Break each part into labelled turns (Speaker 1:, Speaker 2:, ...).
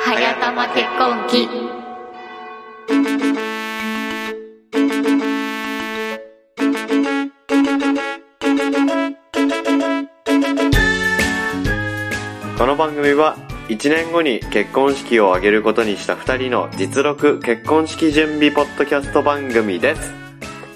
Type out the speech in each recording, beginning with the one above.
Speaker 1: はやたま結婚記
Speaker 2: この番組は1年後に結婚式を挙げることにした2人の実録結婚式準備ポッドキャスト番組です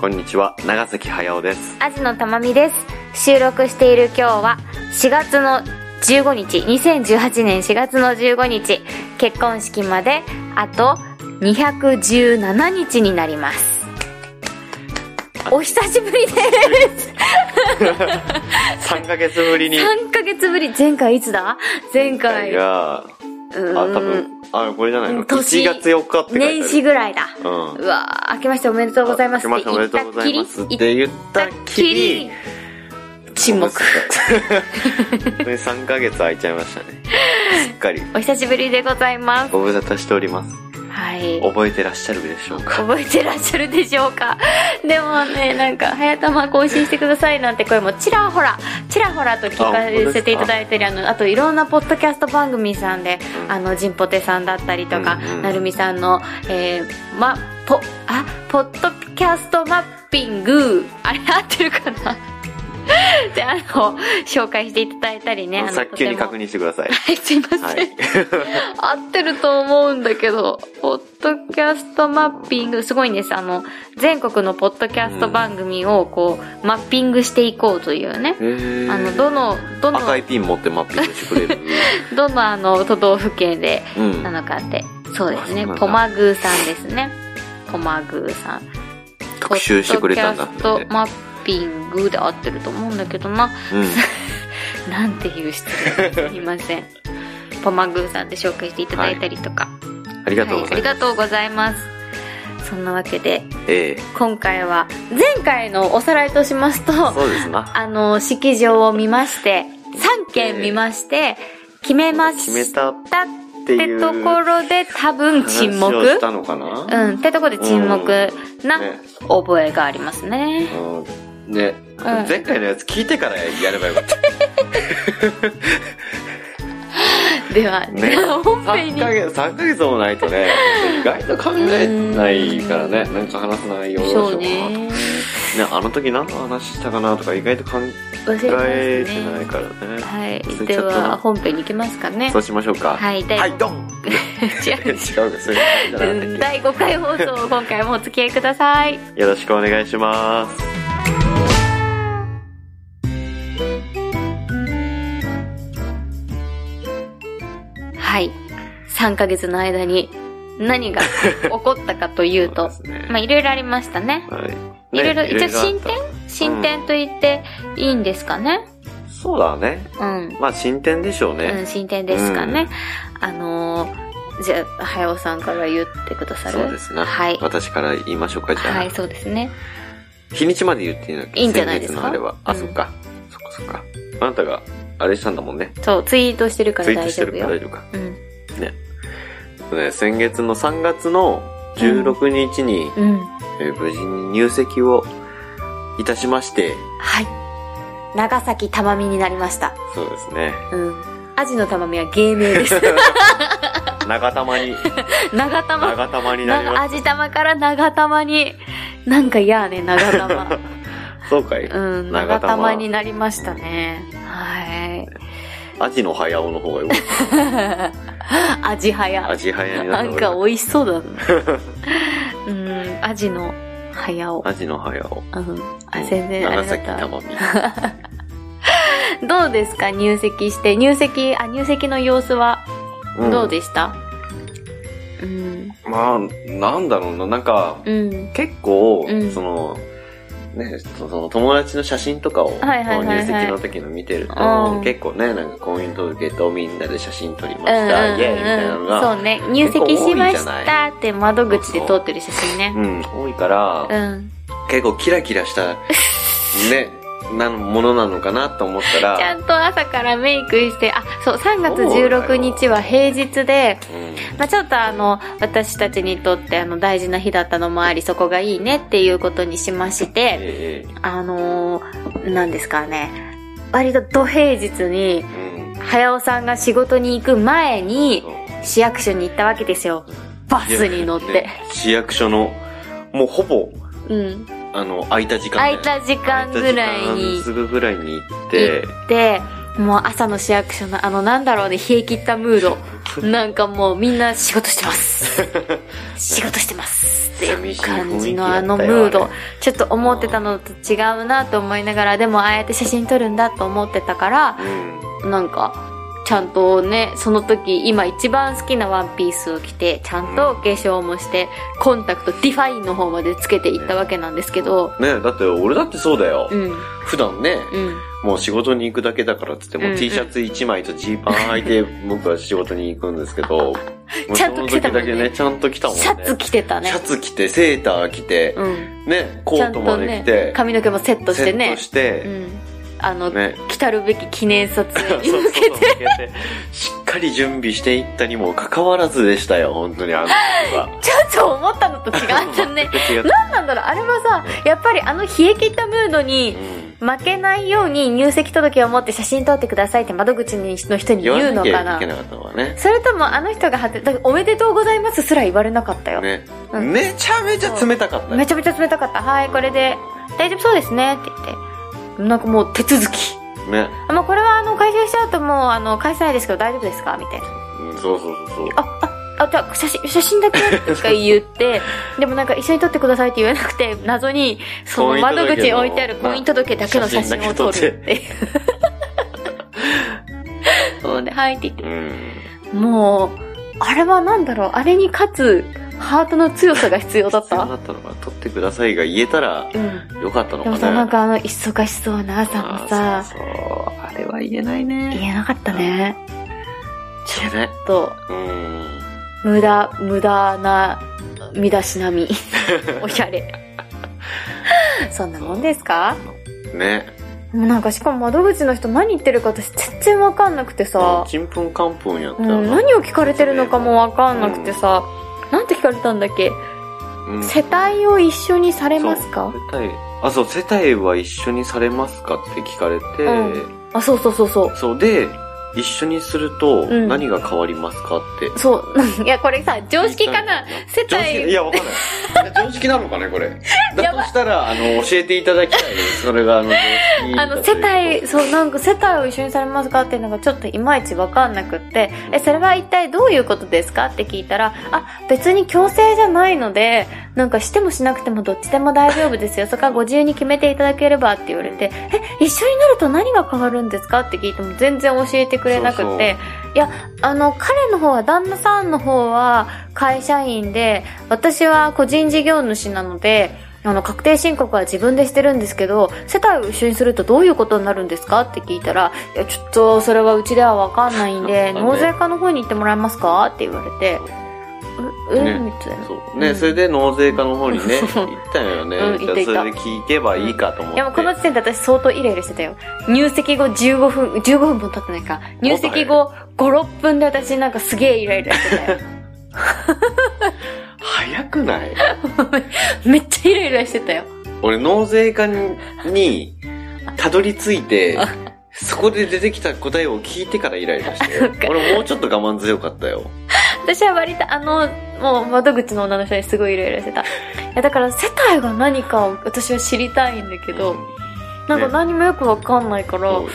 Speaker 2: こんにちは長崎駿です
Speaker 1: あずのたまみです収録している今日は4月の15日2018年4月の15日結婚式まであと217日になりますお久しぶりです
Speaker 2: 3ヶ月ぶりに
Speaker 1: 3ヶ月ぶり前回いつだ前回う
Speaker 2: があ多
Speaker 1: ーん
Speaker 2: 分あこれじゃないの
Speaker 1: 年
Speaker 2: 1月4日って書いてある
Speaker 1: 年始ぐらいだ
Speaker 2: うん
Speaker 1: うわー明けましておめでとうございます
Speaker 2: あ明けましておめでとうございますって言ったっきり
Speaker 1: 沈黙
Speaker 2: で3ヶ月空いちゃいましたねすっかり
Speaker 1: お久しぶりでございます
Speaker 2: ご無沙汰しております
Speaker 1: はい
Speaker 2: 覚えてらっしゃるでしょうか
Speaker 1: 覚えてらっしゃるでしょうか でもねなんか「早玉更新してください」なんて声もちらほらちらほらと聞かせていただいてるあのあといろんなポッドキャスト番組さんで
Speaker 2: うん
Speaker 1: あのジンポテさんだったりとか、
Speaker 2: うんうん
Speaker 1: なるみさんの、えーま、ポあポッドキャストマッピングあれ合ってるかな であの紹介していただいたりねあの
Speaker 2: 早急に
Speaker 1: とても
Speaker 2: 確認してください
Speaker 1: はいすいません、
Speaker 2: はい
Speaker 1: 合ってると思うんだけど、ポッドキャストマッピング、すごいんです。あの、全国のポッドキャスト番組を、こう、マッピングしていこうというね。あ
Speaker 2: あ
Speaker 1: の、どの、どの、
Speaker 2: 赤いピン持ってマッピングしてくれ る
Speaker 1: どのあの、都道府県で
Speaker 2: うん
Speaker 1: なのかって。そうですね
Speaker 2: あそうなん。だ
Speaker 1: ポマグーさんですね。ポマグーさん。
Speaker 2: 特集してくれたんだ
Speaker 1: ポッドキャストマッピングで合ってると思うんだけどな。
Speaker 2: うん
Speaker 1: なんていう質問すみませ ん。ポマグーさんで紹介していただいたりとか。
Speaker 2: ありがとうご
Speaker 1: はい、あ
Speaker 2: ざ
Speaker 1: り
Speaker 2: います
Speaker 1: がとうございます。そんなわけで、
Speaker 2: ええ
Speaker 1: 今回は、前回のおさらいとしますと、
Speaker 2: そうですな
Speaker 1: あの、式場を見まして、3件見まして、決めま
Speaker 2: 決
Speaker 1: し
Speaker 2: めたった
Speaker 1: ってて
Speaker 2: いう
Speaker 1: ところで、多分沈
Speaker 2: 話を
Speaker 1: 黙
Speaker 2: したのかな
Speaker 1: うん、ってところで沈黙な
Speaker 2: ね
Speaker 1: 覚えがありますね。
Speaker 2: うんね、前回のやつ聞いてからやればよ かった
Speaker 1: では、
Speaker 2: ね
Speaker 1: 本編
Speaker 2: 3
Speaker 1: に。
Speaker 2: ヶ月3ヶ月もないとね意外と考えないからねなんか話す内容どうしよ
Speaker 1: そ
Speaker 2: う
Speaker 1: う
Speaker 2: かなね
Speaker 1: ね。
Speaker 2: あの時何の話したかなとか意外と考
Speaker 1: 忘
Speaker 2: え
Speaker 1: れ
Speaker 2: て
Speaker 1: ま
Speaker 2: ない
Speaker 1: すね。
Speaker 2: からね忘
Speaker 1: はい。
Speaker 2: れち
Speaker 1: で
Speaker 2: ゃったな
Speaker 1: は、本編に行きますかね
Speaker 2: そ。うしましょうか
Speaker 1: はい。第
Speaker 2: はいドン
Speaker 1: 違う
Speaker 2: 違うかそういう感じじゃなかったっ
Speaker 1: 第5回放送今回もお付き合いください
Speaker 2: けよろしくお願いします
Speaker 1: はい3ヶ月の間に何が起こったかという と
Speaker 2: そうですね
Speaker 1: まあいろいろありましたね
Speaker 2: はい
Speaker 1: いろいろ
Speaker 2: ね
Speaker 1: 一応
Speaker 2: あっ
Speaker 1: 進
Speaker 2: た
Speaker 1: 展進展と言っていいんですかね
Speaker 2: そうだね
Speaker 1: うん、
Speaker 2: まあ進展でしょう
Speaker 1: うん、
Speaker 2: ね、
Speaker 1: 進展ですかね、あのーじゃあ早尾さんから言ってくださる
Speaker 2: そうですな、
Speaker 1: はい
Speaker 2: 私から言いましょうかじゃあ、
Speaker 1: はいそうですね
Speaker 2: 日にちまで言っていいの
Speaker 1: いいんじゃないですか
Speaker 2: 先月のあれはあ、
Speaker 1: うん
Speaker 2: そっかそっかそっかあなたがあれしたんだもんね
Speaker 1: そうツイートしてるか
Speaker 2: ツ
Speaker 1: ら
Speaker 2: イート
Speaker 1: 大
Speaker 2: して
Speaker 1: 丈
Speaker 2: る
Speaker 1: 夫
Speaker 2: から
Speaker 1: よ
Speaker 2: 大丈夫か
Speaker 1: うん
Speaker 2: ね先月の3月の16日に、
Speaker 1: うん
Speaker 2: えー無事に入籍をいたしまして
Speaker 1: はい長崎たまみになりました
Speaker 2: そうで すね
Speaker 1: うん。アジのたまみは芸名 です。
Speaker 2: 長玉に
Speaker 1: 長玉。
Speaker 2: 長玉になり
Speaker 1: 長
Speaker 2: ま
Speaker 1: アジ玉から長玉に。なんか嫌ね、長 玉。
Speaker 2: すそうかい、
Speaker 1: うん、
Speaker 2: 長
Speaker 1: 長
Speaker 2: 玉
Speaker 1: 玉になりましたね。はい。
Speaker 2: アジの早尾の方がよかっ
Speaker 1: アジは
Speaker 2: たア
Speaker 1: や。
Speaker 2: ジ早に
Speaker 1: な
Speaker 2: なった
Speaker 1: ん
Speaker 2: 方が
Speaker 1: か
Speaker 2: よかっ
Speaker 1: 美味しそうだな。 うん、アジの早を
Speaker 2: た。アジの早尾
Speaker 1: うん。あ、全然あれ
Speaker 2: 長
Speaker 1: だっ
Speaker 2: 崎
Speaker 1: た。
Speaker 2: 玉美
Speaker 1: どうですか入籍して。入籍、あ、入籍の様子は どうでしたうん。
Speaker 2: すまあなんだろうななんか
Speaker 1: うん。
Speaker 2: 結構、
Speaker 1: うん
Speaker 2: その、ね、そその友達の写真とかを、
Speaker 1: はいはいはいはい
Speaker 2: その入籍の時の見てると、
Speaker 1: うん
Speaker 2: 結構ね、なんか婚姻届とみんなで写真撮りま
Speaker 1: うんうん
Speaker 2: し
Speaker 1: うん
Speaker 2: た、イエーイみたいなのが、
Speaker 1: そうね入籍しましたって窓口で通ってる写真ね
Speaker 2: うん、多いから、
Speaker 1: うん
Speaker 2: 結構キラキラ した、ね、なものなのかなと思ったら、
Speaker 1: ちゃんと朝からメイクしてあそう3月
Speaker 2: そうだよ
Speaker 1: 16日は平日で、
Speaker 2: うん
Speaker 1: まあ、ちょっとあの私たちにとってあの大事な日だったのもありそこがいいねっていうことにしまして
Speaker 2: ええ
Speaker 1: あのー、なんですかね割と土平日に
Speaker 2: ええうん
Speaker 1: 早尾さんが仕事に行く前に
Speaker 2: そう
Speaker 1: 市役所に行ったわけですよ。バスに乗っ
Speaker 2: ね
Speaker 1: て。
Speaker 2: 市役所の、もうほぼ、
Speaker 1: うん。
Speaker 2: あの、空いた時間だ
Speaker 1: 空
Speaker 2: よ
Speaker 1: い
Speaker 2: ね
Speaker 1: た時間ぐらい
Speaker 2: 空いた時
Speaker 1: に
Speaker 2: 間すぐぐらいに行っ
Speaker 1: 行
Speaker 2: て、
Speaker 1: って、もう朝の市役所のあのなんだろうね、冷え切ったムード。なんかもうみんな仕事して ます。仕事してます。っていう感じのあのムード。ちょっと思ってたのと違うなと思いながら、でもああやって写真撮るんだと思ってたから、
Speaker 2: うん。
Speaker 1: なんか、ちゃんとね、その時、今一番好きなワンピースを着て、ちゃんとお化粧もして、コンタクト、ディファインの方までつけていったわけなんですけど、
Speaker 2: ねだって俺だってそうだよ。
Speaker 1: うん、
Speaker 2: 普段ね、
Speaker 1: うん、
Speaker 2: もう仕事に行くだけだからっつって、もううん T シャツ1枚とジーパン履いて、僕は仕事に行くんですけ ど、もう
Speaker 1: ちゃんと着てたもんね
Speaker 2: その時だけね、ちゃんと着たもんね。
Speaker 1: シャツ着てたね
Speaker 2: シャ。ツ着て、セーター着て、
Speaker 1: うん。
Speaker 2: ね、コ
Speaker 1: ちゃん
Speaker 2: ート
Speaker 1: と
Speaker 2: まで着て
Speaker 1: ね、、髪の毛もセットして
Speaker 2: セッ
Speaker 1: ね
Speaker 2: ト。して、
Speaker 1: うん。あの、
Speaker 2: ね。
Speaker 1: 来たるべき記念 撮
Speaker 2: そう
Speaker 1: 影
Speaker 2: そ
Speaker 1: に
Speaker 2: うそう
Speaker 1: 向けて、
Speaker 2: 向けてしっかり準備していったにもかかわらずでしたよ、本当にあの時は。
Speaker 1: ちょっと思ったのと違ったね。
Speaker 2: 違 った
Speaker 1: 何 なんだろうあれはさ、やっぱりあの冷え切ったムードに、
Speaker 2: うん
Speaker 1: 負けないように入籍届を持って写真撮ってくださいって窓口にの人に
Speaker 2: 言わ
Speaker 1: 言う
Speaker 2: な
Speaker 1: の
Speaker 2: き
Speaker 1: か
Speaker 2: ゃい
Speaker 1: な
Speaker 2: けなかったのはね。
Speaker 1: それともあの人がはてだからおめでとうございますすら言われなかったよ、
Speaker 2: ね、
Speaker 1: うん
Speaker 2: めちゃめちゃ冷たかった
Speaker 1: め
Speaker 2: ね。
Speaker 1: ちゃめちゃ冷たかったはいこれで大丈夫そうですねって言ってなんかもう手続き
Speaker 2: ね。
Speaker 1: あもうこれはあの回収しちゃうともうあの返せないですけど大丈夫ですかみたいな
Speaker 2: うんそうそうそうそう。
Speaker 1: あああじゃあ写真写真だけとか言ってでもなんか一緒に撮ってくださいって言えなくて謎にその窓口に置いてある婚
Speaker 2: 婚
Speaker 1: 姻
Speaker 2: 姻
Speaker 1: 届だけの写
Speaker 2: 写
Speaker 1: 真
Speaker 2: 真
Speaker 1: を
Speaker 2: を
Speaker 1: 撮
Speaker 2: 撮
Speaker 1: る
Speaker 2: る
Speaker 1: っていうそうねはいって言って
Speaker 2: うん。
Speaker 1: もう、あれはなんだろう、あれに勝つハートの強さが必要だっ
Speaker 2: 必要
Speaker 1: た。
Speaker 2: だったのか、取ってくださいが言えたら
Speaker 1: うん。
Speaker 2: よかったの
Speaker 1: でも
Speaker 2: かね。
Speaker 1: さ、なんかあの、忙しそうな朝も
Speaker 2: あー
Speaker 1: さ、
Speaker 2: そうそうあれは言えないね。
Speaker 1: 言えなかったね。
Speaker 2: 言えない。
Speaker 1: ちょっと、
Speaker 2: うん。
Speaker 1: 無駄、無駄な、身だしな み。おしゃれ。そんなもんですか
Speaker 2: ね。
Speaker 1: もうなんかしかも窓口の人何言ってるか私全然わかんなくてさ、
Speaker 2: ちんぷんかんぷんやった
Speaker 1: うん、
Speaker 2: よな。
Speaker 1: 何を聞かれてるのかもわかんなくてさ、なんて聞かれたんだっけ
Speaker 2: うん
Speaker 1: 世帯を一緒にされますか
Speaker 2: そう世帯、あ、そう、世帯は一緒にされますかって聞かれて、
Speaker 1: うあ、そうそうそうそう。
Speaker 2: そう、で、一緒にすると
Speaker 1: うん
Speaker 2: 何が変わりますかって。
Speaker 1: そう。い や、これさ、常識かな世
Speaker 2: 常識い
Speaker 1: 帯。
Speaker 2: や、わかんない。常識なのかね、 これ。
Speaker 1: や
Speaker 2: だ
Speaker 1: ば
Speaker 2: としたら、あの、教えていただきたいです。それが、あの、常識
Speaker 1: あの、世帯、そう、なんか世帯を一緒にされますかっていうのがちょっといまいちわかんなくって、え、それは一体どういうことですかって聞いたら、あ、別に強制じゃないので、なんかしてもしなくてもどっちでも大丈夫ですよ。そこはご自由に決めていただければって言われて、え、一緒になると何が変わるんですかって聞いても全然教えてくれなくて、
Speaker 2: そうそう
Speaker 1: いや、あの、彼の方は、旦那さんの方は会社員で、私は個人事業主なので、あの、確定申告は自分でしてるんですけど、世帯を一緒にするとどういうことになるんですかって聞いたら、いや、ちょっと、それはうちではわかんないんで、
Speaker 2: わかんない
Speaker 1: 納税課の方に行ってもらえますかって言われて、うえ、
Speaker 2: ね
Speaker 1: みたいな。
Speaker 2: そう。
Speaker 1: う
Speaker 2: ね、
Speaker 1: ん
Speaker 2: それで納税課の方に ね、
Speaker 1: うん
Speaker 2: 行ったよね。
Speaker 1: うん
Speaker 2: じゃ
Speaker 1: 行っていた
Speaker 2: あそれで聞けばいいかと思って。
Speaker 1: いやもうこの時点で私相当イライラしてたよ。入籍後15分、15分も経ってないか。入籍後5、6分で私なんかすげえイライラして たよ。
Speaker 2: 早くない
Speaker 1: めっちゃイライラしてたよ。
Speaker 2: 俺、納税課に、にたどり着いて、そこで出てきた答えを聞いてからイライラして
Speaker 1: そっか。
Speaker 2: 俺、もうちょっと我慢強かったよ。
Speaker 1: 私は割とあの、もう窓口の女の人にすごいイライラして た。いやだから世帯が何かを私は知りたいんだけど、なんか何もよくわかんないから、
Speaker 2: そ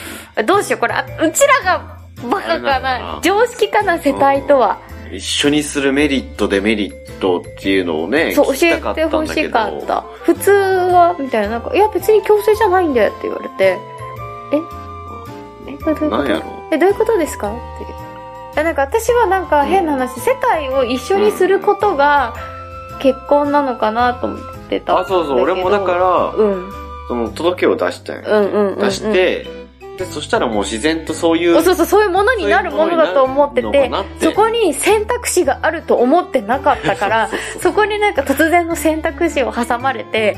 Speaker 2: う
Speaker 1: どうしようこれ、あうちらがバカか
Speaker 2: あれなの
Speaker 1: な
Speaker 2: かな
Speaker 1: 常識かな世帯とは。
Speaker 2: 一緒にするメリット、デメリットっていうのをね、
Speaker 1: そう、
Speaker 2: 聞
Speaker 1: 教
Speaker 2: き
Speaker 1: え
Speaker 2: たかったん
Speaker 1: て
Speaker 2: だけど
Speaker 1: ほしかった。普通は、みたいな、なんか、いや、別に強制じゃないんだよって言われて、ええ、これどういうこ
Speaker 2: なんや
Speaker 1: と
Speaker 2: ろ
Speaker 1: え、どういうことですかっていう。えなんか私はなんか変な話、世界を一緒にすることが結婚なのかなと思ってた。。
Speaker 2: あ、そうそう、俺もだからら、
Speaker 1: うん。
Speaker 2: その届けを出したん
Speaker 1: う
Speaker 2: や
Speaker 1: んうんうん、うん。
Speaker 2: 出して、で、そしたらもう自然とそういう
Speaker 1: あ。そうそう、そういうものになるものだと思って
Speaker 2: そうい
Speaker 1: て
Speaker 2: うものになるのかなって
Speaker 1: そこに選択肢があると思ってなかった から、そこになんか突然の選択肢を挟まれて、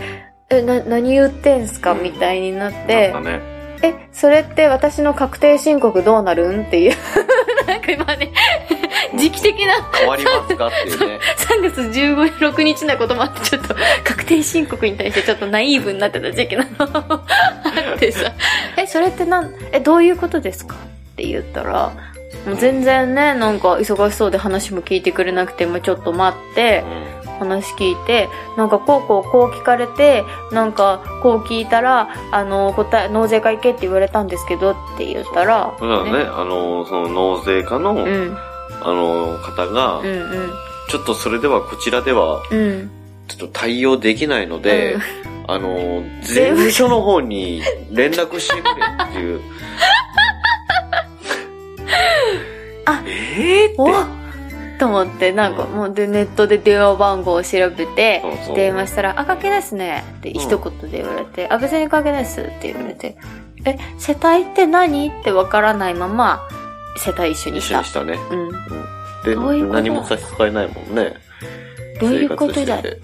Speaker 1: え、な、何言ってんすかみたいになって
Speaker 2: な、んかね、
Speaker 1: え、それって私の確定申告どうなるんっていう。 なんか今 ね、時期的な
Speaker 2: 変わりますかっていうね。
Speaker 1: 3月15、6日なこともあって、ちょっと確定申告に対してちょっとナイーブになってた時期な のあってさ、え、それってなん、え、どういうことですかって言ったら、もう全然ね、なんか忙しそうで話も聞いてくれなくてもちょっと待って、話聞いてなんかこうこうこう聞かれてなんかこう聞いたらあの答え納税会計って言われたんですけどって言ったら
Speaker 2: だからね、あの、その納税課の、
Speaker 1: うん
Speaker 2: あの、方が、
Speaker 1: うんうん
Speaker 2: ちょっとそれではこちらでは、
Speaker 1: うん
Speaker 2: ちょっと対応できないので、
Speaker 1: うん
Speaker 2: あの、税務署の方に連絡してくれっていう。
Speaker 1: あ
Speaker 2: えー、って。
Speaker 1: おと思ってなんかもうでネットで電話番号を調べて
Speaker 2: そうそう
Speaker 1: 電話したら「あ関係ないっすね」って
Speaker 2: ん
Speaker 1: 一言で言われて「あ別に関係ないっす」って言われて「え世帯って何?」ってわからないまま世帯一緒に
Speaker 2: 一
Speaker 1: し
Speaker 2: 緒
Speaker 1: た
Speaker 2: にしたね。
Speaker 1: うん
Speaker 2: で、
Speaker 1: どういうこと
Speaker 2: 何も差し支えないもんね。
Speaker 1: どういうことだって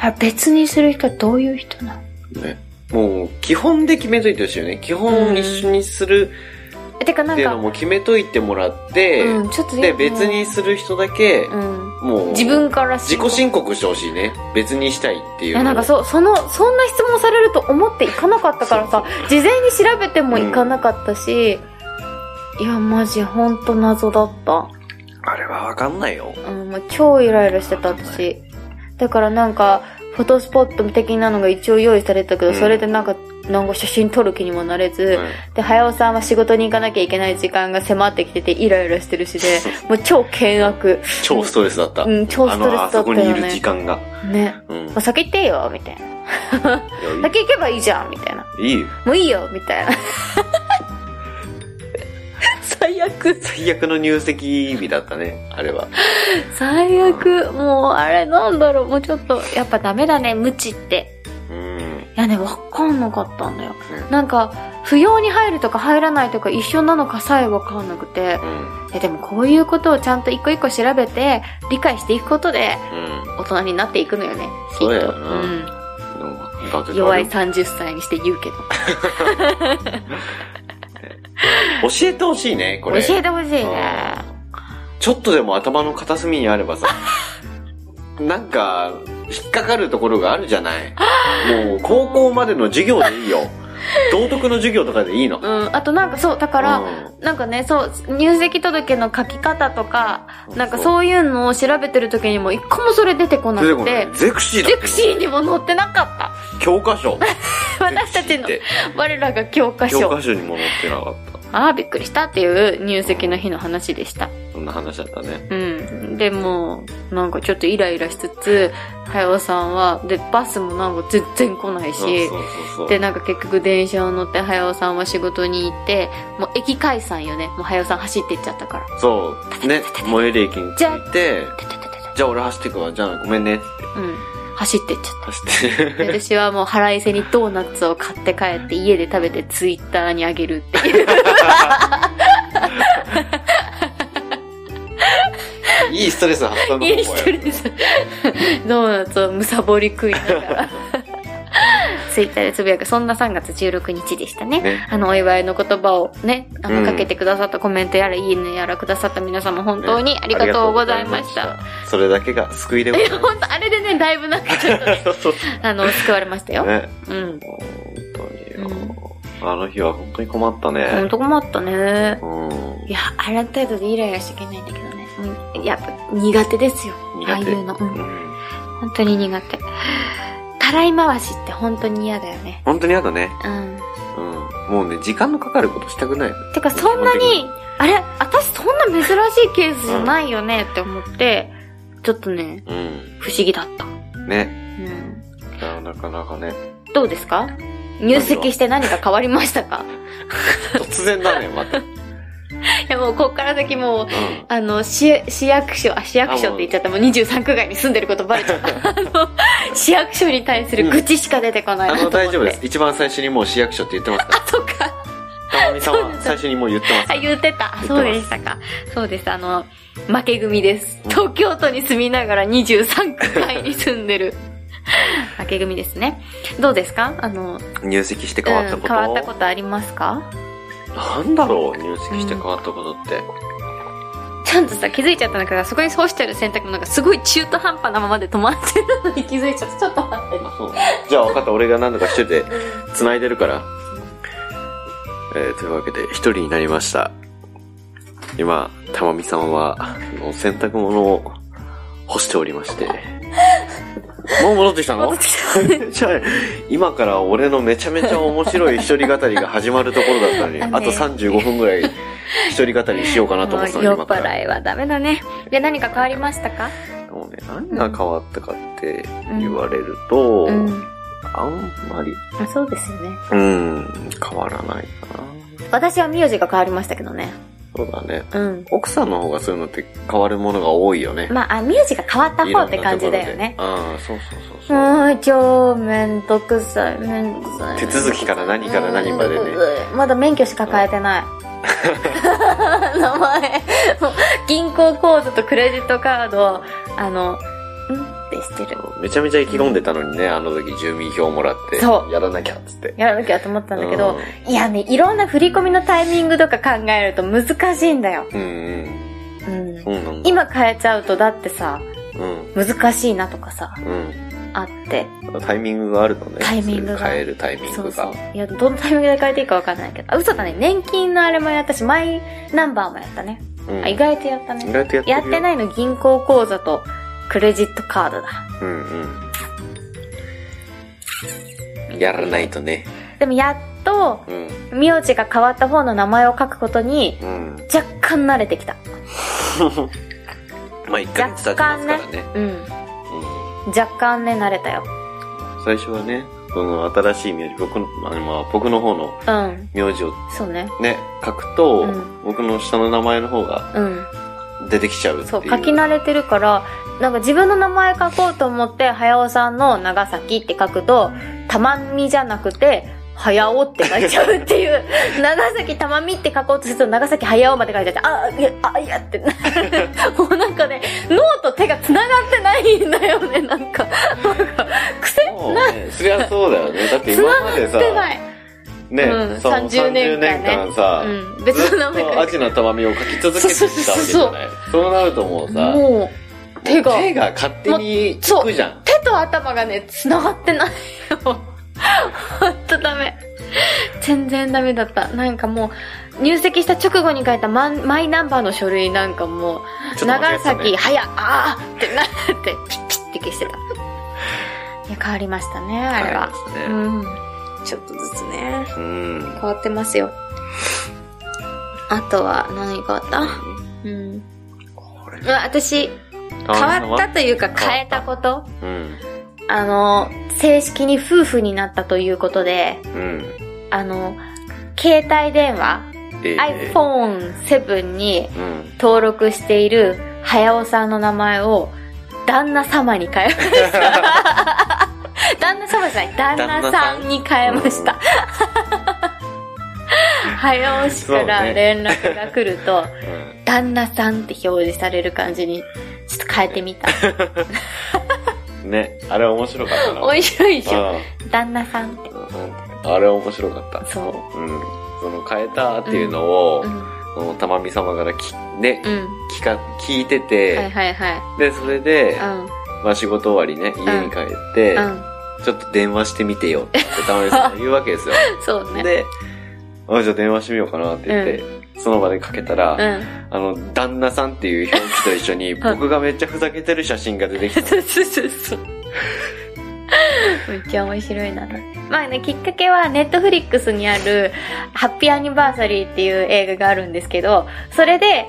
Speaker 1: あ別にする人はどういう人なの
Speaker 2: ね。もう、基本で決めといてほしいよね。基
Speaker 1: う
Speaker 2: 本
Speaker 1: ん
Speaker 2: 一緒にする
Speaker 1: えてかなん
Speaker 2: っていうの
Speaker 1: か
Speaker 2: も決めといてもらって、
Speaker 1: うん、ちょっと
Speaker 2: で、別にする人だけ、
Speaker 1: うん、
Speaker 2: もう、
Speaker 1: 自分から
Speaker 2: 自己申告してほしいね。別にしたいってい
Speaker 1: いう
Speaker 2: のを。
Speaker 1: やなんかそうそのそんな質問されると思って行かなかったからさ事前に調べても行かなかったし、いやマジほんと謎だった、
Speaker 2: あれはわかんないよ。
Speaker 1: うんまあ、超イライラしてた私だからなんかフォトスポット的なのが一応用意されてたけど、
Speaker 2: うん
Speaker 1: それでなんかなんか写真撮る気にもなれず、
Speaker 2: う
Speaker 1: で早尾さんは仕事に行かなきゃいけない時間が迫ってきててイライラしてるしでもう超険悪
Speaker 2: 超ストレスだった。
Speaker 1: うん超ストレスだ
Speaker 2: あの、あ
Speaker 1: った
Speaker 2: そこ
Speaker 1: よ
Speaker 2: にいる
Speaker 1: ね
Speaker 2: 時間が。
Speaker 1: ね
Speaker 2: うん。
Speaker 1: もう先行ってよみたいな先行けばいいじゃんみたいない
Speaker 2: やいいよ。
Speaker 1: もういいよみたいな 最悪
Speaker 2: 最悪の入籍日だったね、あれは。
Speaker 1: 最悪もうあれなんだろうもうちょっとやっぱダメだね無知って
Speaker 2: うん。
Speaker 1: いやねわかんなかったんだよ
Speaker 2: うん
Speaker 1: なんか不要に入るとか入らないとか一緒なのかさえわかんなくて
Speaker 2: うん。
Speaker 1: えでもこういうことをちゃんと一個一個調べて理解していくことで
Speaker 2: うん。
Speaker 1: 大人になっていくのよねきっと
Speaker 2: そうだよな
Speaker 1: うん
Speaker 2: だって
Speaker 1: 弱い30歳にして言うけど
Speaker 2: 教えてほしいね、これ。
Speaker 1: 教えてほしいね
Speaker 2: ちょっとでも頭の片隅にあれ ばさ、なんか、引っかかるところがあるじゃない。もう、高校までの授業で いいよ。道徳の授業とかでいいの。
Speaker 1: うん、あとなんかそう、だから、
Speaker 2: うん
Speaker 1: なんかね、そう、入籍届の書き方とか、なんか
Speaker 2: う。
Speaker 1: そういうのを調べてる時にも一個もそれ出てこな
Speaker 2: 出て
Speaker 1: く
Speaker 2: こない
Speaker 1: て、
Speaker 2: ゼクシーだ
Speaker 1: ゼクシーにも載ってなかった。
Speaker 2: 教科書。
Speaker 1: 私たちの
Speaker 2: ゼクシ
Speaker 1: 我らが教科
Speaker 2: ーって教
Speaker 1: 書。
Speaker 2: 科書にも載ってなかった。
Speaker 1: ああ、びっくりしたっていう入籍の日の話でした。
Speaker 2: そんな話だったね。
Speaker 1: うん。でもう、なんかちょっとイライラしつつ、早尾さんは、で、バスもなんか全然来ない
Speaker 2: そう
Speaker 1: し
Speaker 2: そ、うそうそ
Speaker 1: で、
Speaker 2: う。
Speaker 1: なんか結局電車を乗って、早尾さんは仕事に行って、もう駅解散よね。もう早尾さん走ってっちゃったから。
Speaker 2: そう。ね、最寄り駅に着い
Speaker 1: てて
Speaker 2: て、
Speaker 1: ててて
Speaker 2: じゃあ俺走ってくわ。じゃあごめんね。って
Speaker 1: うん。走ってっちゃっ
Speaker 2: 走って
Speaker 1: た。で。私はもう腹いせにドーナツを買って帰って家で食べてツイッターにあげるっていう。
Speaker 2: いいストレス発散だと思うよ
Speaker 1: 家一人です。ドーナツをむさぼり食いながら。ツイッターでつぶやく、そんな3月16日でしたね。
Speaker 2: ね
Speaker 1: あの、お祝いの言葉をね、あの、
Speaker 2: うん
Speaker 1: かけてくださったコメントやら、いいねやらくださった皆様本当にありがとうございました。
Speaker 2: ありがとうございましたそれだけが救いでございま
Speaker 1: 本当あれでね、だいぶなんかちょっと、
Speaker 2: す
Speaker 1: あの、救われましたよ。
Speaker 2: ね
Speaker 1: うん。
Speaker 2: 本当によ、あの日は本当に困った
Speaker 1: 本
Speaker 2: ね
Speaker 1: 当困ったね。
Speaker 2: うん
Speaker 1: いや、あら程度でイライラしちゃいけないんだけどね。うんやっぱ苦手ですよ。ああい
Speaker 2: 苦手
Speaker 1: うの。う。
Speaker 2: うんん
Speaker 1: 本当に苦手。たらい回しって本当に嫌だよね。
Speaker 2: 本当に嫌だね
Speaker 1: うん。
Speaker 2: うんもうね時間のかかることしたくない
Speaker 1: てかそんなに、あれ私そんな珍しいケースじゃないよねって思って、ちょっとね、
Speaker 2: うん
Speaker 1: 不思議だった。う
Speaker 2: ね
Speaker 1: ん。
Speaker 2: いやなかなかね
Speaker 1: どうですか入籍して何か変わりましたか
Speaker 2: 突 然だねまた、うん、
Speaker 1: いやもうこっから先もう、あの、市、市役所、あ、市役所って言っちゃった。もう23区外に住んでることバレちゃった。あ の、市役所に対する愚痴しか出てこない
Speaker 2: あ
Speaker 1: なと思
Speaker 2: の
Speaker 1: って。
Speaker 2: 大丈夫です一番最初にもう市役所って言ってますから
Speaker 1: あ、そっか。
Speaker 2: たまみさんは最初にもう言ってますか
Speaker 1: あ、
Speaker 2: ら
Speaker 1: 言ってた
Speaker 2: 言っ。てます
Speaker 1: そうでしたか。そうです。あの、負け組です。東京都に住みながら23区外に住んでる。 負け組ですね。どうですかあの、
Speaker 2: 入籍して変わった
Speaker 1: うん、
Speaker 2: こと、
Speaker 1: 変わったことありますか
Speaker 2: なんだろう入籍して変わったことって、
Speaker 1: ちゃんとさ、気づいちゃったんだから、そこに干してある洗濯もなんかすごい中途半端なままで止まってたのに気づいちゃった。ちょっと待ってね。
Speaker 2: あそう じゃあ分かった俺が何とかしてて繋いでるから、えーというわけで一人になりました今、たまみさんは、あの洗濯物を干しておりま して。もう戻ってきたの
Speaker 1: 戻ってき
Speaker 2: じゃあ、今から俺のめちゃめちゃ面白い一人語りが始まるところだったのに、
Speaker 1: あね
Speaker 2: あと35分ぐらい一人語りしようかなと思ってたの
Speaker 1: 酔っ
Speaker 2: に、今から。
Speaker 1: 払いはダメだね。で、何か変わりましたか
Speaker 2: もうね、何が変わったかって言われると、
Speaker 1: うん。
Speaker 2: あんまり、
Speaker 1: あそうですよね。
Speaker 2: うん、変わらないかな。
Speaker 1: 私は名字が変わりましたけどね。
Speaker 2: そうだね。
Speaker 1: うん。
Speaker 2: 奥さんの方がそういうのって変わるものが多いよね。
Speaker 1: まあ、あ名字が変わった
Speaker 2: い
Speaker 1: 方
Speaker 2: ろん
Speaker 1: っ
Speaker 2: な
Speaker 1: て感じだよね
Speaker 2: と。ころで。ああ、そうそうそう
Speaker 1: う
Speaker 2: そう。
Speaker 1: ーん、超めんどくさい、めんどくさい。
Speaker 2: 手続きから何から何までね
Speaker 1: うーんまだ免許しか変えてない。名前。銀行口座とクレジットカードを、あの、んってしてる。
Speaker 2: めちゃめちゃ意気込んでたのにね、あの時住民票もらって、
Speaker 1: そう
Speaker 2: やらなきゃっつって。
Speaker 1: やらなきゃと思ったんだけど、
Speaker 2: う
Speaker 1: いやね、いろんな振り込みのタイミングとか考えると難しいんだよ。
Speaker 2: んうん、
Speaker 1: うん
Speaker 2: う。ん、そうなんだ。
Speaker 1: 今変えちゃうと、だってさ、
Speaker 2: うん、
Speaker 1: 難しいなとかさ、
Speaker 2: うん。
Speaker 1: あって。
Speaker 2: タイミングがあるとね、
Speaker 1: タイミングが
Speaker 2: 変えるタイミング
Speaker 1: そう
Speaker 2: が。
Speaker 1: そう。いや、どのタイミングで変えていいかわかんないけど。あ、嘘だね。年金のあれもやったし、マイナンバーもやったね。
Speaker 2: うん
Speaker 1: あ、意外とやった
Speaker 2: 意
Speaker 1: ね。
Speaker 2: 外とやってる
Speaker 1: やって
Speaker 2: い。
Speaker 1: ないの銀行口座とクレジットカードだ。
Speaker 2: うん、うん。やらないとね。
Speaker 1: でもやっと、
Speaker 2: うん、
Speaker 1: 名字が変わった方の名前を書くことに、
Speaker 2: うん。
Speaker 1: 若干慣れてきた。
Speaker 2: まあ、一ヶ月経ちますからね。
Speaker 1: うん。
Speaker 2: うん
Speaker 1: 若干ね、慣れたよ。
Speaker 2: 最初はね、その新しい名字、僕の、あのまあ、僕の方の
Speaker 1: うん。
Speaker 2: 名字を
Speaker 1: そうね。
Speaker 2: ね、書くと、
Speaker 1: うん
Speaker 2: 僕の下の名前の方が
Speaker 1: うん。
Speaker 2: 出てきちゃうっていう。
Speaker 1: そう、書き慣れてるから、なんか自分の名前書こうと思って、早尾さんの長崎って書くと、たまみじゃなくて、早尾って書いちゃうっていう。 長崎たまみって書こうとすると、長崎早尾まで書いちゃって、あ、いや、あ、いやって。 もうなんかね、脳と手が繋がってないんだよね、なんか。なんか癖
Speaker 2: もうね、そりゃそうだよ ね。だって今までさ、
Speaker 1: ってない。
Speaker 2: ね、
Speaker 1: うん
Speaker 2: さ
Speaker 1: 30年間ね
Speaker 2: 30年間さ、
Speaker 1: うん。別の名
Speaker 2: ずっとア
Speaker 1: 前書
Speaker 2: ジのたまみを書き続けてきたわけじゃない。そうなるともう
Speaker 1: く。
Speaker 2: さ、
Speaker 1: もう、手が。
Speaker 2: 手が勝手につくじゃん。
Speaker 1: 手と頭がね、繋がってないよ。ほんとダメ。全然ダメだった。なんかもう、入籍した直後に書いたマンマイナンバーの書類なんかも
Speaker 2: ち
Speaker 1: う、
Speaker 2: ょっと
Speaker 1: 長
Speaker 2: 間違えてたね
Speaker 1: 崎、早、あーってなって、ピッピッて消してた。いや、変わりましたね、あれは。
Speaker 2: 変わりま
Speaker 1: うん。ちょっとずつね、
Speaker 2: したね。うん。
Speaker 1: 変わってますよ。あとは、何があったうん。
Speaker 2: これ
Speaker 1: うわ私、
Speaker 2: 変
Speaker 1: 変わったというか変えたこと
Speaker 2: うん。
Speaker 1: あの、正式に夫婦になったということで、
Speaker 2: うん。
Speaker 1: あの、携帯電話、
Speaker 2: ええ
Speaker 1: iPhone7 に
Speaker 2: うん。
Speaker 1: 登録している、はやおさんの名前を、旦那様に変えま した。旦那様じゃない、旦那さんに変えました。はやお氏から連絡が来ると、
Speaker 2: うん
Speaker 1: 旦那さんって表示される感じに、ちょっと変えてみ た。
Speaker 2: ね、あれ面白かったな。
Speaker 1: 面白いでしょ。
Speaker 2: うん
Speaker 1: 旦那さんって。
Speaker 2: あれ面白かった。
Speaker 1: そ
Speaker 2: うん。その変えたっていうのを、
Speaker 1: う。うん。
Speaker 2: そのたまみ様からき、ね、
Speaker 1: うん。
Speaker 2: 聞か、聞いてて、
Speaker 1: はいはいは
Speaker 2: で、それで
Speaker 1: い。、うん。
Speaker 2: まあ仕事終わりね、家に帰って、
Speaker 1: うん。
Speaker 2: ちょっと電話してみてよってたまみさんが言うわけですよ。
Speaker 1: そう ね。
Speaker 2: で、あ、じゃあ電話してみようかなって言って、その場でかけたら、
Speaker 1: うん。
Speaker 2: あの、旦那さんっていう表記と一緒に、
Speaker 1: ん
Speaker 2: 僕がめっちゃふざけてる写真が出てきた。
Speaker 1: そうそうそうそう。めっちゃ面白いな。まあね、きっかけは、ネットフリックスにある、ハッピーアニバーサリーっていう映画があるんですけど、それで、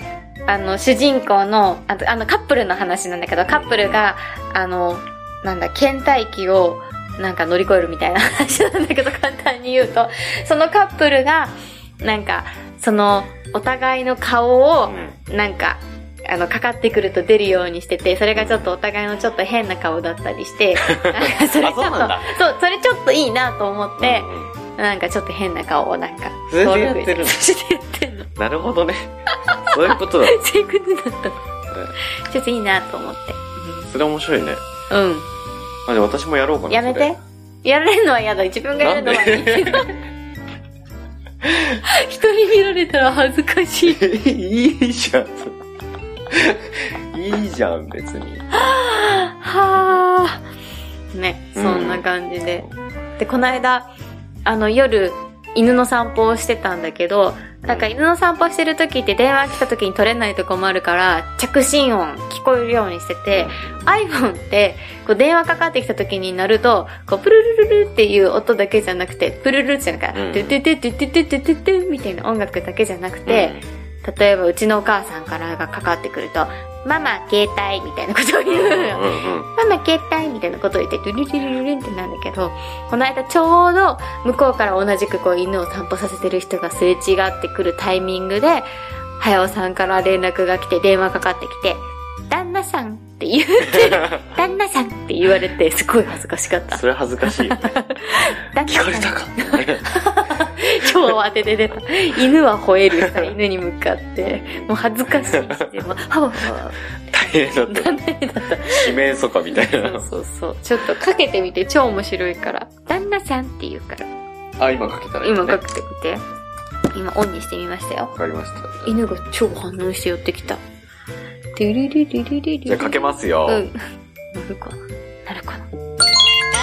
Speaker 1: あの、主人公の、あとあの、カップルの話なんだけど、カップルが、あの、なんだ、倦怠期を、なんか乗り越えるみたいな話なんだけど、簡単に言うと、そのカップルが、なんか、その、お互いの顔を、なんか、あの、かかってくると出るようにしてて、それがちょっとお互いのちょっと変な顔だったりして、なん かそれちょっと
Speaker 2: あそうなんだ
Speaker 1: そう、それちょっといいなと思って
Speaker 2: う、んうん
Speaker 1: なんかちょっと変な顔をなんか、
Speaker 2: それでやってるの
Speaker 1: それでやってんの。
Speaker 2: なるほどね。 そういうことだ。
Speaker 1: そういうことだったの。ちょっといいなと思って。
Speaker 2: それ面白いね。
Speaker 1: う
Speaker 2: あ、じゃあ私もやろうか
Speaker 1: ん。
Speaker 2: な。
Speaker 1: やめ
Speaker 2: それ
Speaker 1: て。。やられるのは嫌だ。自分がや
Speaker 2: な
Speaker 1: る
Speaker 2: ん
Speaker 1: の
Speaker 2: で
Speaker 1: はいいけど。人に見られたら恥ずかしい。
Speaker 2: いいじゃん。いいじゃん、 別に。
Speaker 1: はあ。ね、そんな感じで。で、この間、あの、夜、犬の散歩をしてたんだけど、なんか犬の散歩してる時って電話来た時に取れないとこもあるから、着信音聞こえるようにしてて、iPhone って、こう電話かかってきた時になると、こうプルルルルっていう音だけじゃなくて、プルルルってなんか、
Speaker 2: うん
Speaker 1: てゥてゥてゥてゥてゥてゥてゥてゥみたいな音楽だけじゃなくて、例えばうちのお母さんからがかかってくると、ママ携帯みたいなことを言うのよ。
Speaker 2: うんうんうん
Speaker 1: ママ携帯みたいなことを言って、ルルルルルルンってなんだけど、この間ちょうど向こうから同じくこう犬を散歩させてる人がすれ違ってくるタイミングで、早尾さんから連絡が来て電話かかってきて、旦那さんって言って、旦那さんって言われてすごい恥ずかしかった。
Speaker 2: それ恥ずかしいよね
Speaker 1: 旦那
Speaker 2: 聞
Speaker 1: さ
Speaker 2: か
Speaker 1: ん
Speaker 2: れたか
Speaker 1: 今日は当てて出た。犬は吠えるさ、犬に向かって、 もう恥ずかしいし、もう、はわはわ、
Speaker 2: 大変だった
Speaker 1: 旦那にだった。
Speaker 2: 四面楚歌みた い
Speaker 1: そう
Speaker 2: な
Speaker 1: そうそう。ちょっとかけてみて、超面白いから。旦那さんって言うから。
Speaker 2: あ今かけたらいいね
Speaker 1: 今かけてみて。今オンにしてみましたよ。
Speaker 2: わかりました
Speaker 1: 犬が超反応して寄ってきた。デュリリリリリリ。
Speaker 2: じゃあかけますよ、
Speaker 1: うん。なるかななるかな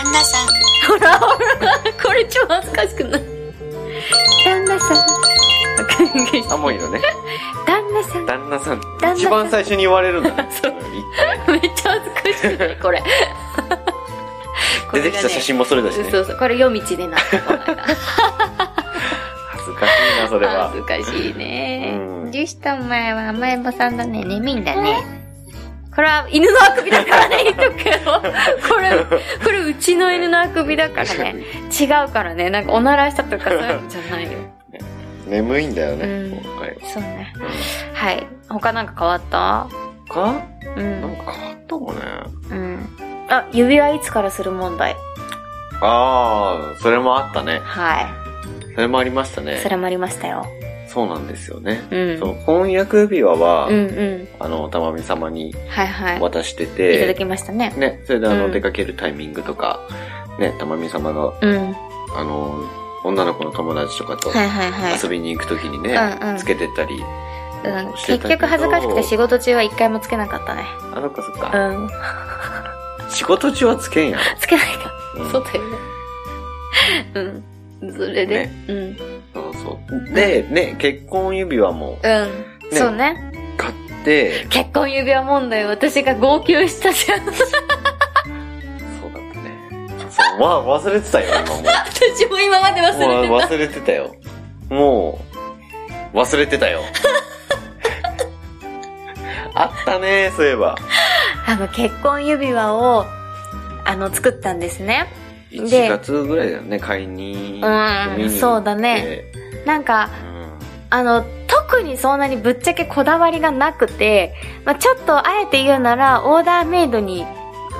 Speaker 3: 旦那さん
Speaker 1: ほらほらこれ超恥ずかしくない。旦那さん。
Speaker 2: あもういいのね
Speaker 1: 旦那さん。
Speaker 2: 旦那さん
Speaker 1: 那さん
Speaker 2: 一番最初に言われるんだね
Speaker 1: そう
Speaker 2: うん
Speaker 1: めっちゃ恥ずかしくないこれ。これがね
Speaker 2: 出てきた写真もそれだしね
Speaker 1: そうそう。これ夜道でなった。
Speaker 2: 恥ずかしいなそれは
Speaker 1: 恥ずかしいね
Speaker 2: うん。
Speaker 1: ジュシとお前は甘えん坊さんだね。眠いんだね。これは犬のあくびだからね、言っとくけ ど。これ、これうちの犬のあくびだからね。違うからね。なんかおならしたとかそういうのじゃないよ。
Speaker 2: 眠いんだよ
Speaker 1: うん
Speaker 2: ね今回は
Speaker 1: そうね。はい。他なんか変わった
Speaker 2: か
Speaker 1: う
Speaker 2: なん
Speaker 1: ん。
Speaker 2: か変わったもんね
Speaker 1: うん。あ、指輪いつからする問題。
Speaker 2: ああそれもあったね
Speaker 1: は
Speaker 2: それもありました
Speaker 1: い。
Speaker 2: ね
Speaker 1: それもありましたよ。
Speaker 2: そうなんですよね、
Speaker 1: うん。
Speaker 2: そう婚約指輪は、
Speaker 1: うんうん。
Speaker 2: あのたまみ様に
Speaker 1: はいはい。
Speaker 2: 渡して
Speaker 1: いただ
Speaker 2: て、
Speaker 1: きましたね。
Speaker 2: ねそれであの、
Speaker 1: うん
Speaker 2: 出かけるタイミングとかねたまみ様の
Speaker 1: うん。
Speaker 2: あの女の子の友達とかと
Speaker 1: はいはいはい。
Speaker 2: 遊びに行くときにね、
Speaker 1: うんうん
Speaker 2: つけてったり
Speaker 1: うん、
Speaker 2: して
Speaker 1: 結
Speaker 2: たけど
Speaker 1: 局恥ずかしくて仕事中は一回もつけなかったね。
Speaker 2: あそっかそっか、
Speaker 1: うん。
Speaker 2: 仕事中はつけんやろ、
Speaker 1: つけないか。
Speaker 2: うん
Speaker 1: そうだよね。うん。それで、
Speaker 2: ね
Speaker 1: うん。う
Speaker 2: そうそうでね結婚指輪も
Speaker 1: ん。そうね。
Speaker 2: 買って
Speaker 1: 結婚指輪問題、私が号泣したじゃん。
Speaker 2: そうだったねそうわ忘れてたよ今もう
Speaker 1: 私も今まで忘れて
Speaker 2: もう忘れてたよ。もう、忘れてた よ。あったね、そういえば。
Speaker 1: た。あの、結婚指輪を、あの、作ったんですね。で
Speaker 2: 1月ぐらいだよね、買いに。
Speaker 1: うん
Speaker 2: 見に行って
Speaker 1: そうだね。なんか、
Speaker 2: うん
Speaker 1: あの、特にそんなにぶっちゃけこだわりがなくて、まあ、ちょっとあえて言うなら、オーダーメイドに、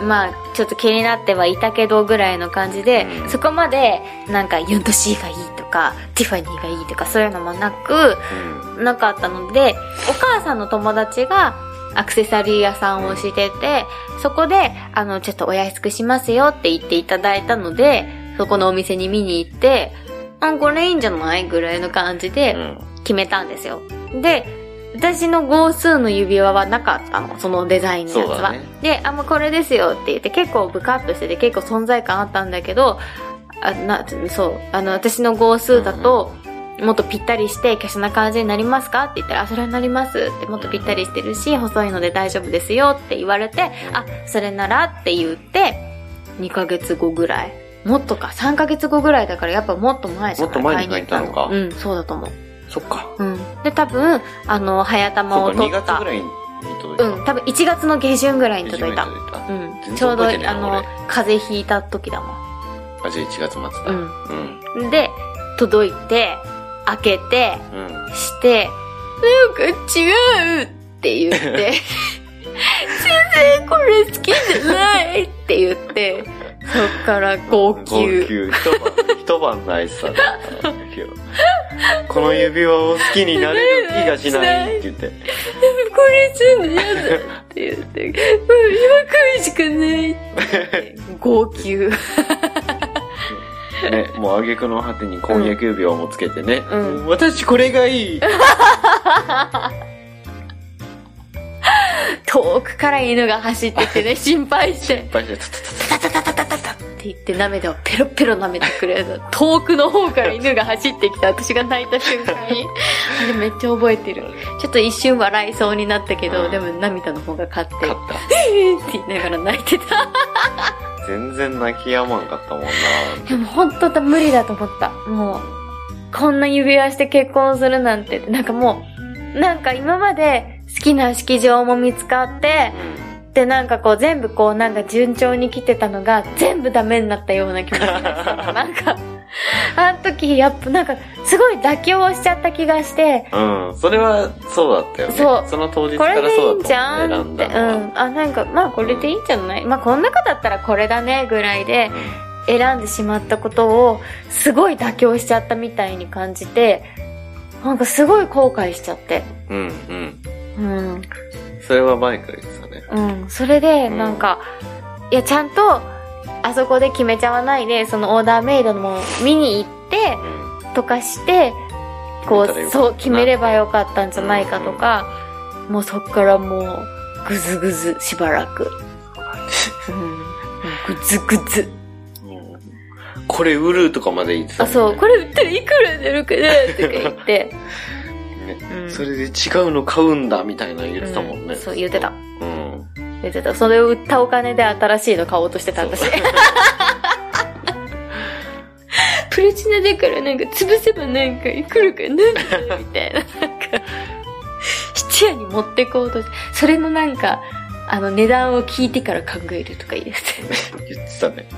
Speaker 1: まあ、ちょっと気になってはいたけどぐらいの感じで、
Speaker 2: うん
Speaker 1: そこまで、なんか、ユンとシーがいいとか、ティファニーがいいとか、そういうのもなく、
Speaker 2: うん
Speaker 1: なかったので、お母さんの友達がアクセサリー屋さんをしてて、そこで、あの、ちょっとお安くしますよって言っていただいたので、そこのお店に見に行って、あ、これいいんじゃないぐらいの感じで、
Speaker 2: うん
Speaker 1: 決めたんですよ。で、私の号数の指輪はなかったの、そのデザインのやつ
Speaker 2: そう
Speaker 1: は。
Speaker 2: だね
Speaker 1: で、あ、もうこれですよって言って結構ブカッとしてて結構存在感あったんだけど、あなそう、あの、私の号数だと、もっとぴったりして、華奢な感じになりますかって言ったら、あ、それになりますって、もっとぴったりしてるし、細いので大丈夫ですよって言われて、あ、それならって言って、2ヶ月後ぐらい。もっとか、3ヶ月後ぐらいだから、やっぱもっと前じゃない
Speaker 2: もっと前に買いに行ったのか
Speaker 1: 買いに行ったのうん、そうだと思う。
Speaker 2: そっか。
Speaker 1: うん。で、多分、あの、早玉
Speaker 2: そ
Speaker 1: を
Speaker 2: っか、
Speaker 1: 取っ
Speaker 2: 2月
Speaker 1: た。
Speaker 2: ぐらいに届いた。
Speaker 1: うん、多分1月の下旬ぐらいに届いた
Speaker 2: 1。月に届い
Speaker 1: うん。
Speaker 2: 全
Speaker 1: ちょう
Speaker 2: 然
Speaker 1: ど、
Speaker 2: 覚えてねえな
Speaker 1: あの
Speaker 2: 俺、
Speaker 1: 風邪ひいた時だも
Speaker 2: た。あ、じゃあ1月末だ。うん。
Speaker 1: ん。んで、届いて、開けて、
Speaker 2: うん。
Speaker 1: して、なんか違うって言 って、先生これ好きじゃないって言って、そっから号泣。
Speaker 2: 一晩、一晩の愛さだったんですよ。この指輪を好きになれる気がしないって言って。
Speaker 1: これ全部嫌だって言 って、もう今来るしかないって言って、号泣。
Speaker 2: ね、もう挙句の果てに婚約指輪もつけてね、
Speaker 1: うん
Speaker 2: うん私これがいい
Speaker 1: 遠くから犬が走ってきてね、心配して。
Speaker 2: バシャタタタタタ
Speaker 1: って言って涙をペロペロ舐めてくれた。遠くの方から犬が走ってきた。私が泣いた瞬間 に。あれめっちゃ覚えてる。ちょっと一瞬笑いそうになったけど、
Speaker 2: うん
Speaker 1: でも涙の方が勝って、
Speaker 2: 勝
Speaker 1: っ
Speaker 2: った
Speaker 1: て言いながら泣いてた。
Speaker 2: た。全然泣き止まんかったもんな。
Speaker 1: でも本当だ、無理だと思った。もう、こんな指輪して結婚するなんて。なんかもう、なんか今まで好きな式場も見つかって、
Speaker 2: うん。
Speaker 1: でなんかこう全部こうなんか順調に来てたのが全部ダメになったような気持ちがした のなんか、あの時やっぱなんかすごい妥協しちゃった気がして、
Speaker 2: うん。それは、そうだったよね。
Speaker 1: そう
Speaker 2: その当日
Speaker 1: こ
Speaker 2: か
Speaker 1: れ
Speaker 2: ら
Speaker 1: でいい
Speaker 2: そうん
Speaker 1: じ
Speaker 2: だ
Speaker 1: ゃ
Speaker 2: ったも
Speaker 1: ん
Speaker 2: ん
Speaker 1: っ
Speaker 2: ね
Speaker 1: て。
Speaker 2: 選ん
Speaker 1: う
Speaker 2: だのは。
Speaker 1: ん。あ、なんかまあこれでいいんじゃないまあこんなことだったらこれだねぐらいで選んでしまったことをすごい妥協しちゃったみたいに感じて、なんかすごい後悔しちゃって。
Speaker 2: うん、うん。
Speaker 1: うん。
Speaker 2: それは前から言ってた
Speaker 1: う
Speaker 2: ね。
Speaker 1: ん、それで、
Speaker 2: うん
Speaker 1: なんか、いや、ちゃんと、あそこで決めちゃわないで、そのオーダーメイドのも見に行って、
Speaker 2: うん。
Speaker 1: とかして、こ
Speaker 2: 決めたらよかった
Speaker 1: う、そう、決めればよかった
Speaker 2: な
Speaker 1: んじゃないかとか、もうそっからもう、ぐずぐず、しばらく。うん、ぐずぐず。
Speaker 2: うんこれ売るとかまで言ってた
Speaker 1: あ、
Speaker 2: もんね
Speaker 1: そう、これ売ったらいくら出るかねとか言って。
Speaker 2: ね
Speaker 1: うん
Speaker 2: それで違うの買うんだみたいなの言ってたもん
Speaker 1: う
Speaker 2: ね。
Speaker 1: んそう、言ってた。
Speaker 2: うん。
Speaker 1: 言ってた。それを売ったお金で新しいの買おうとしてた、私
Speaker 2: そう。
Speaker 1: プラチナだからなんか潰せばなんかいくらかなんかみたいな、なんか、質屋に持ってこうとして、それのなんか、あの値段を聞いてから考えるとかいいですね。
Speaker 2: 言ってたね。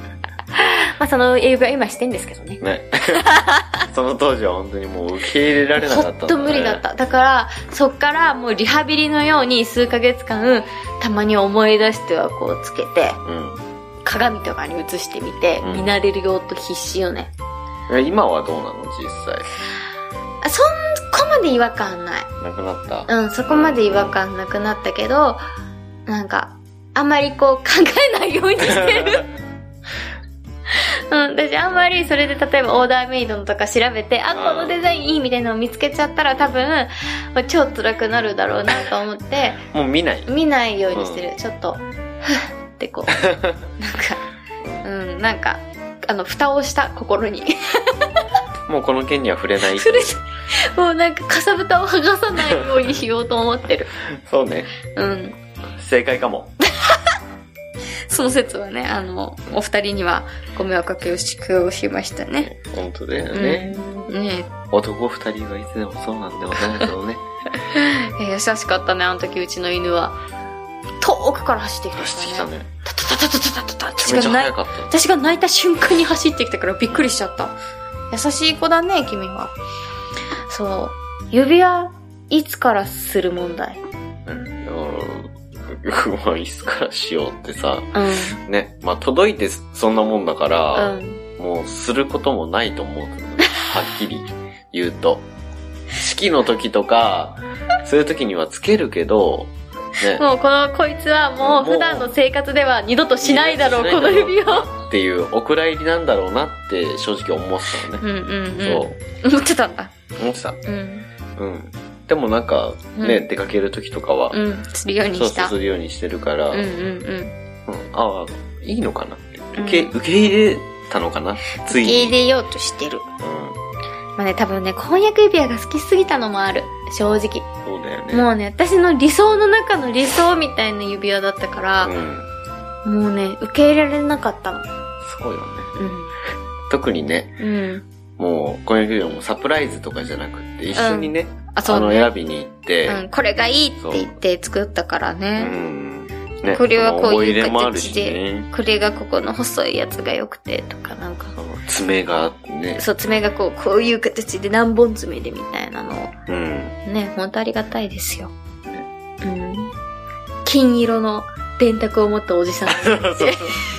Speaker 1: まあその英語は今してんですけどね。
Speaker 2: ね。その当時は本当にもう受け入れられな
Speaker 1: ほ
Speaker 2: かった
Speaker 1: んと無理だっ。た。だから、そっからもうリハビリのように数ヶ月間、たまに思い出してはこうつけて、
Speaker 2: うん
Speaker 1: 鏡とかに映してみて、
Speaker 2: うん
Speaker 1: 見慣れるよと必死よね。
Speaker 2: え。今はどうなの実際。
Speaker 1: あそんこまで違和感ない。
Speaker 2: なくなった。
Speaker 1: うん、そこまで違和感なくなったけど、なんか、あんまりこう考えないように してる。うん、私あんまりそれで例えばオーダーメイドのとか調べて、あ、このデザインいいみたいなのを見つけちゃったら多分、超辛くなるだろうなと思って、
Speaker 2: もう見ない。
Speaker 1: 見ないようにしてる。ちょっと、ふっってこう、なんか、うん、なんか、あの、蓋をした心に。
Speaker 2: もうこの件には触れな い。
Speaker 1: それで、もうなんかかさぶたを剥がさないようにしようと思ってる。
Speaker 2: そうね。
Speaker 1: うん。
Speaker 2: 正解かも。
Speaker 1: その説はね、あの、お二人にはご迷惑をかけをし、くをしましたね。
Speaker 2: 本当だよね。
Speaker 1: うん。ね
Speaker 2: 男二人はいつでもそうなんでございま すよね。
Speaker 1: え、優しかったね、あの時うちの犬は。遠くから走ってきた、
Speaker 2: 走ってきた。ね。
Speaker 1: タタタタタタタタ
Speaker 2: め
Speaker 1: 私
Speaker 2: ちゃめ
Speaker 1: が
Speaker 2: ちゃ
Speaker 1: 泣い
Speaker 2: 早、かった。
Speaker 1: 私が泣いた瞬間に走ってきたからびっくりしちゃった。優しい子だね、君は。そう。指輪、いつからする問題。
Speaker 2: うん。 まあ、いつからしようってさ、
Speaker 1: う
Speaker 2: ね。まあ、届いてそんなもんだか
Speaker 1: ん。う
Speaker 2: ら、
Speaker 1: ん。
Speaker 2: もうすることもないと思うけどね。はっきり言うと。式の時とか、そういう時にはつけるけど、ね。
Speaker 1: もうこの、こいつはもう普段の生活では二度としないだろう、
Speaker 2: しな
Speaker 1: こ
Speaker 2: い
Speaker 1: の
Speaker 2: だろう
Speaker 1: 指輪を。
Speaker 2: っていう、お蔵入りなんだろうなって正直思ってたの
Speaker 1: う
Speaker 2: ね。
Speaker 1: んうんうん。
Speaker 2: そ
Speaker 1: 思ってたんだ。
Speaker 2: う。思ってた。
Speaker 1: うん。
Speaker 2: うん。でもなんか、ね、
Speaker 1: うん
Speaker 2: 出かける時とかは、
Speaker 1: うん。するように
Speaker 2: そう
Speaker 1: し
Speaker 2: そう
Speaker 1: た。
Speaker 2: するようにしてるから、
Speaker 1: う
Speaker 2: う
Speaker 1: うん
Speaker 2: ん
Speaker 1: う
Speaker 2: ん、
Speaker 1: ん。
Speaker 2: ああ、いいのかなって。
Speaker 1: うん
Speaker 2: 受け、受け入れたのかなつ
Speaker 1: 受
Speaker 2: い
Speaker 1: け
Speaker 2: に。
Speaker 1: 入れようとしてる。まあね、多分ね、婚約指輪が好きすぎたのもある。正直。
Speaker 2: うん。そうだよね。
Speaker 1: もうね、私の理想の中の理想みたいな指輪だったから、
Speaker 2: うん。
Speaker 1: もうね、受け入れられなかったの。
Speaker 2: そうよね。特にね、
Speaker 1: うん。うん。
Speaker 2: もう、婚約指輪もサプライズとかじゃなくって、一緒にね、
Speaker 1: あ、
Speaker 2: あ
Speaker 1: そう
Speaker 2: の、
Speaker 1: ね。
Speaker 2: 選びに行って、
Speaker 1: うん、これがいいって言って作ったから
Speaker 2: う
Speaker 1: ね。
Speaker 2: ん。ね、
Speaker 1: これはこういう
Speaker 2: その思入れもあるしね。
Speaker 1: これがここの細いやつが良くてとかなんか。
Speaker 2: あの爪があってね。
Speaker 1: そう、爪がこう、こういう形で何本爪でみたいなのを
Speaker 2: うん。
Speaker 1: ね、本当ありがたいですよ。うん。金色の電卓を持ったおじさん。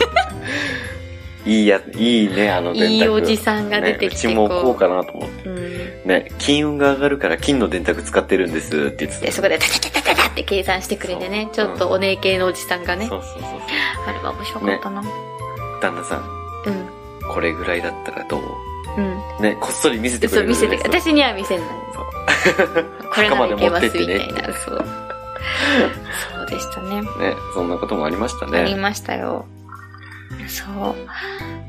Speaker 2: いいや、いいね、あの電卓。
Speaker 1: いいおじさんが出てきて
Speaker 2: ねうちも
Speaker 1: こう
Speaker 2: こうかなと思って。
Speaker 1: うん。
Speaker 2: ね、金運が上がるから金の電卓使ってるんですって言ってた。
Speaker 1: で、そこでタタタタタって計算してくれてね、ち
Speaker 2: そう
Speaker 1: ょっとお姉系のおじさんがね、
Speaker 2: そうそうそうそう。
Speaker 1: あれは面白かったな。
Speaker 2: 旦那さん、
Speaker 1: うん。
Speaker 2: これぐらいだったらどう
Speaker 1: うん。
Speaker 2: ね、こっそり見せてくれ
Speaker 1: そう、
Speaker 2: る
Speaker 1: 見せてくれ。私には見せない。 これならいけます、み
Speaker 2: 墓まで
Speaker 1: た
Speaker 2: 持って
Speaker 1: い
Speaker 2: ってね
Speaker 1: な。そう。そうでしたね。
Speaker 2: ね、そんなこともありました
Speaker 1: あり
Speaker 2: ね。
Speaker 1: ましたよ。そ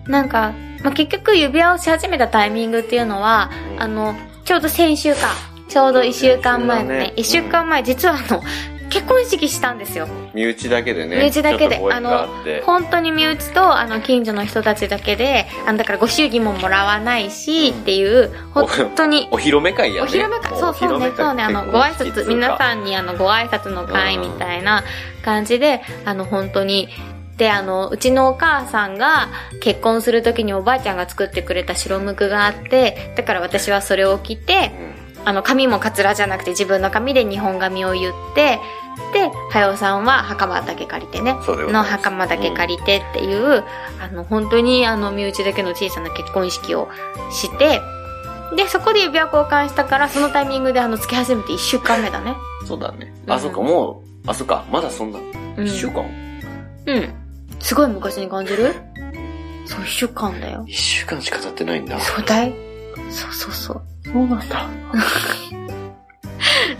Speaker 1: う。なんか、まあ、結局指輪をし始めたタイミングっていうのは、
Speaker 2: うん
Speaker 1: あの、ちょうど先週か、ちょうど1週間前の
Speaker 2: そうだ
Speaker 1: ね
Speaker 2: ね、
Speaker 1: 1週間前、実はあの、結婚式したんですよ。
Speaker 2: 身内だけでね
Speaker 1: 身内だけで
Speaker 2: ちょっとご縁があって
Speaker 1: 本当に身内と、あの、近所の人たちだけで、あの、だからご祝儀ももらわないし、っていう、本当に、
Speaker 2: お披露目会や
Speaker 1: お
Speaker 2: ね
Speaker 1: 披露目会、そうそうね、そうね、あの、ご挨拶、皆さんにあの、ご挨拶の会みたいな感じで、あの、本当に、で、あの、うちのお母さんが結婚するときにおばあちゃんが作ってくれた白むくがあって、だから私はそれを着て、あの、髪もカツラじゃなくて自分の髪で日本髪を言って、で、はよさんは袴だけ借りてね、
Speaker 2: そうでござ
Speaker 1: の
Speaker 2: います
Speaker 1: 袴だけ借りてっていう、あの、本当にあの、身内だけの小さな結婚式をして、で、そこで指輪交換したから、そのタイミングであの、つけ始めて1週間目だね。
Speaker 2: うんそうだね
Speaker 1: う
Speaker 2: あ
Speaker 1: ん
Speaker 2: そっかもうあそっかまだそんな
Speaker 1: う
Speaker 2: 1
Speaker 1: ん。
Speaker 2: 週間
Speaker 1: うん。すごい昔に感じるそう、1週間だよ。
Speaker 2: 1週間しか経ってないんだ
Speaker 1: そう だいそうそうそう。
Speaker 2: うなんだ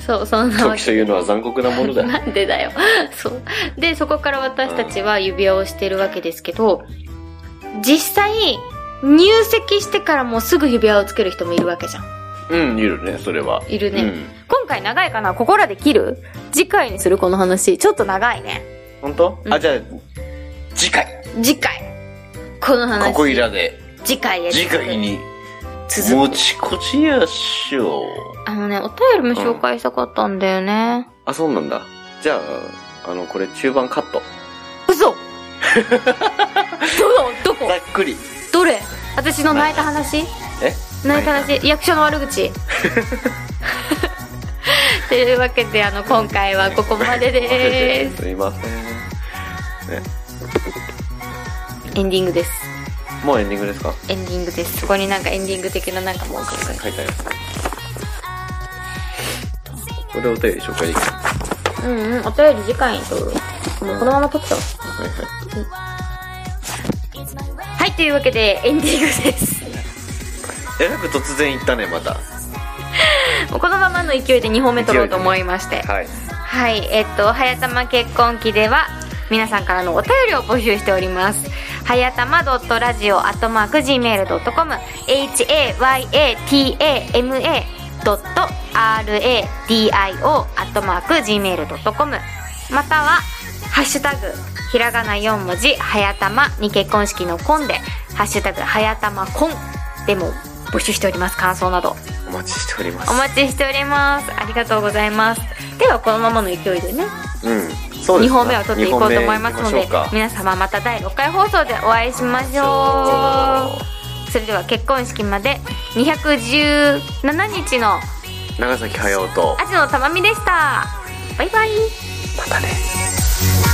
Speaker 1: そう、そんなわけ
Speaker 2: 時というのは残酷なものだ
Speaker 1: なんでだよ。そう。で、そこから私たちは指輪をしてるわけですけど、実際、入籍してからもうすぐ指輪をつける人もいるわけじゃん。
Speaker 2: うんいるねそれはい
Speaker 1: るね。
Speaker 2: うん
Speaker 1: 今回長いかなここらで切る次回にするこの話。ちょっと長いね。
Speaker 2: 本当
Speaker 1: うん
Speaker 2: あじゃあ次回
Speaker 1: 次回。この話。
Speaker 2: ここいらで
Speaker 1: 次回へ
Speaker 2: 次回に
Speaker 1: 続く。
Speaker 2: 持ちこちやしょう
Speaker 1: あのね、お便りも紹介したかったんだよね。
Speaker 2: あそうなんだじゃああのこれ中盤カット
Speaker 1: 嘘どのどこ
Speaker 2: ざっくり
Speaker 1: どれ私の泣いた話
Speaker 2: え
Speaker 1: 泣いた話役所の悪口というわけであの今回はここまでです
Speaker 2: いません
Speaker 1: すエンディングです
Speaker 2: もうエンディングですか
Speaker 1: エンディングですそこになんかエンディング的ななんかもう書いてある
Speaker 2: 書いてありますこれお便り紹介できるは
Speaker 1: うんうんお便り次回に撮るもうこのまま撮っちゃおう
Speaker 2: いはい
Speaker 1: はいというわけでエンディングです
Speaker 2: えらく突然言ったねまた
Speaker 1: もうこのままの勢いで2本目撮ろうと思いまして
Speaker 2: はい
Speaker 1: はい、えっと、はやたま結婚期では、皆さんからのお便りを募集しております。はやたま .radio.gmail.com、hayatama.radio.gmail.com、または、ハッシュタグ、ひらがな4文字、はやたまに結婚式のコンで、ハッシュタグ、はやたまコンでも募集しております。感想など。
Speaker 2: お待ちしております
Speaker 1: お待ちしております。ありがとうございます。ではこのままの勢いでね、
Speaker 2: うんそうです
Speaker 1: 2本目を取っていこうと思いますので
Speaker 2: 二本目行きましょうか
Speaker 1: 皆様また第6回放送でお会いしましょう。それでは結婚式まで217日の
Speaker 2: 長崎駿と
Speaker 1: アジのたまみでした。バイバイ。
Speaker 2: またね
Speaker 3: 「な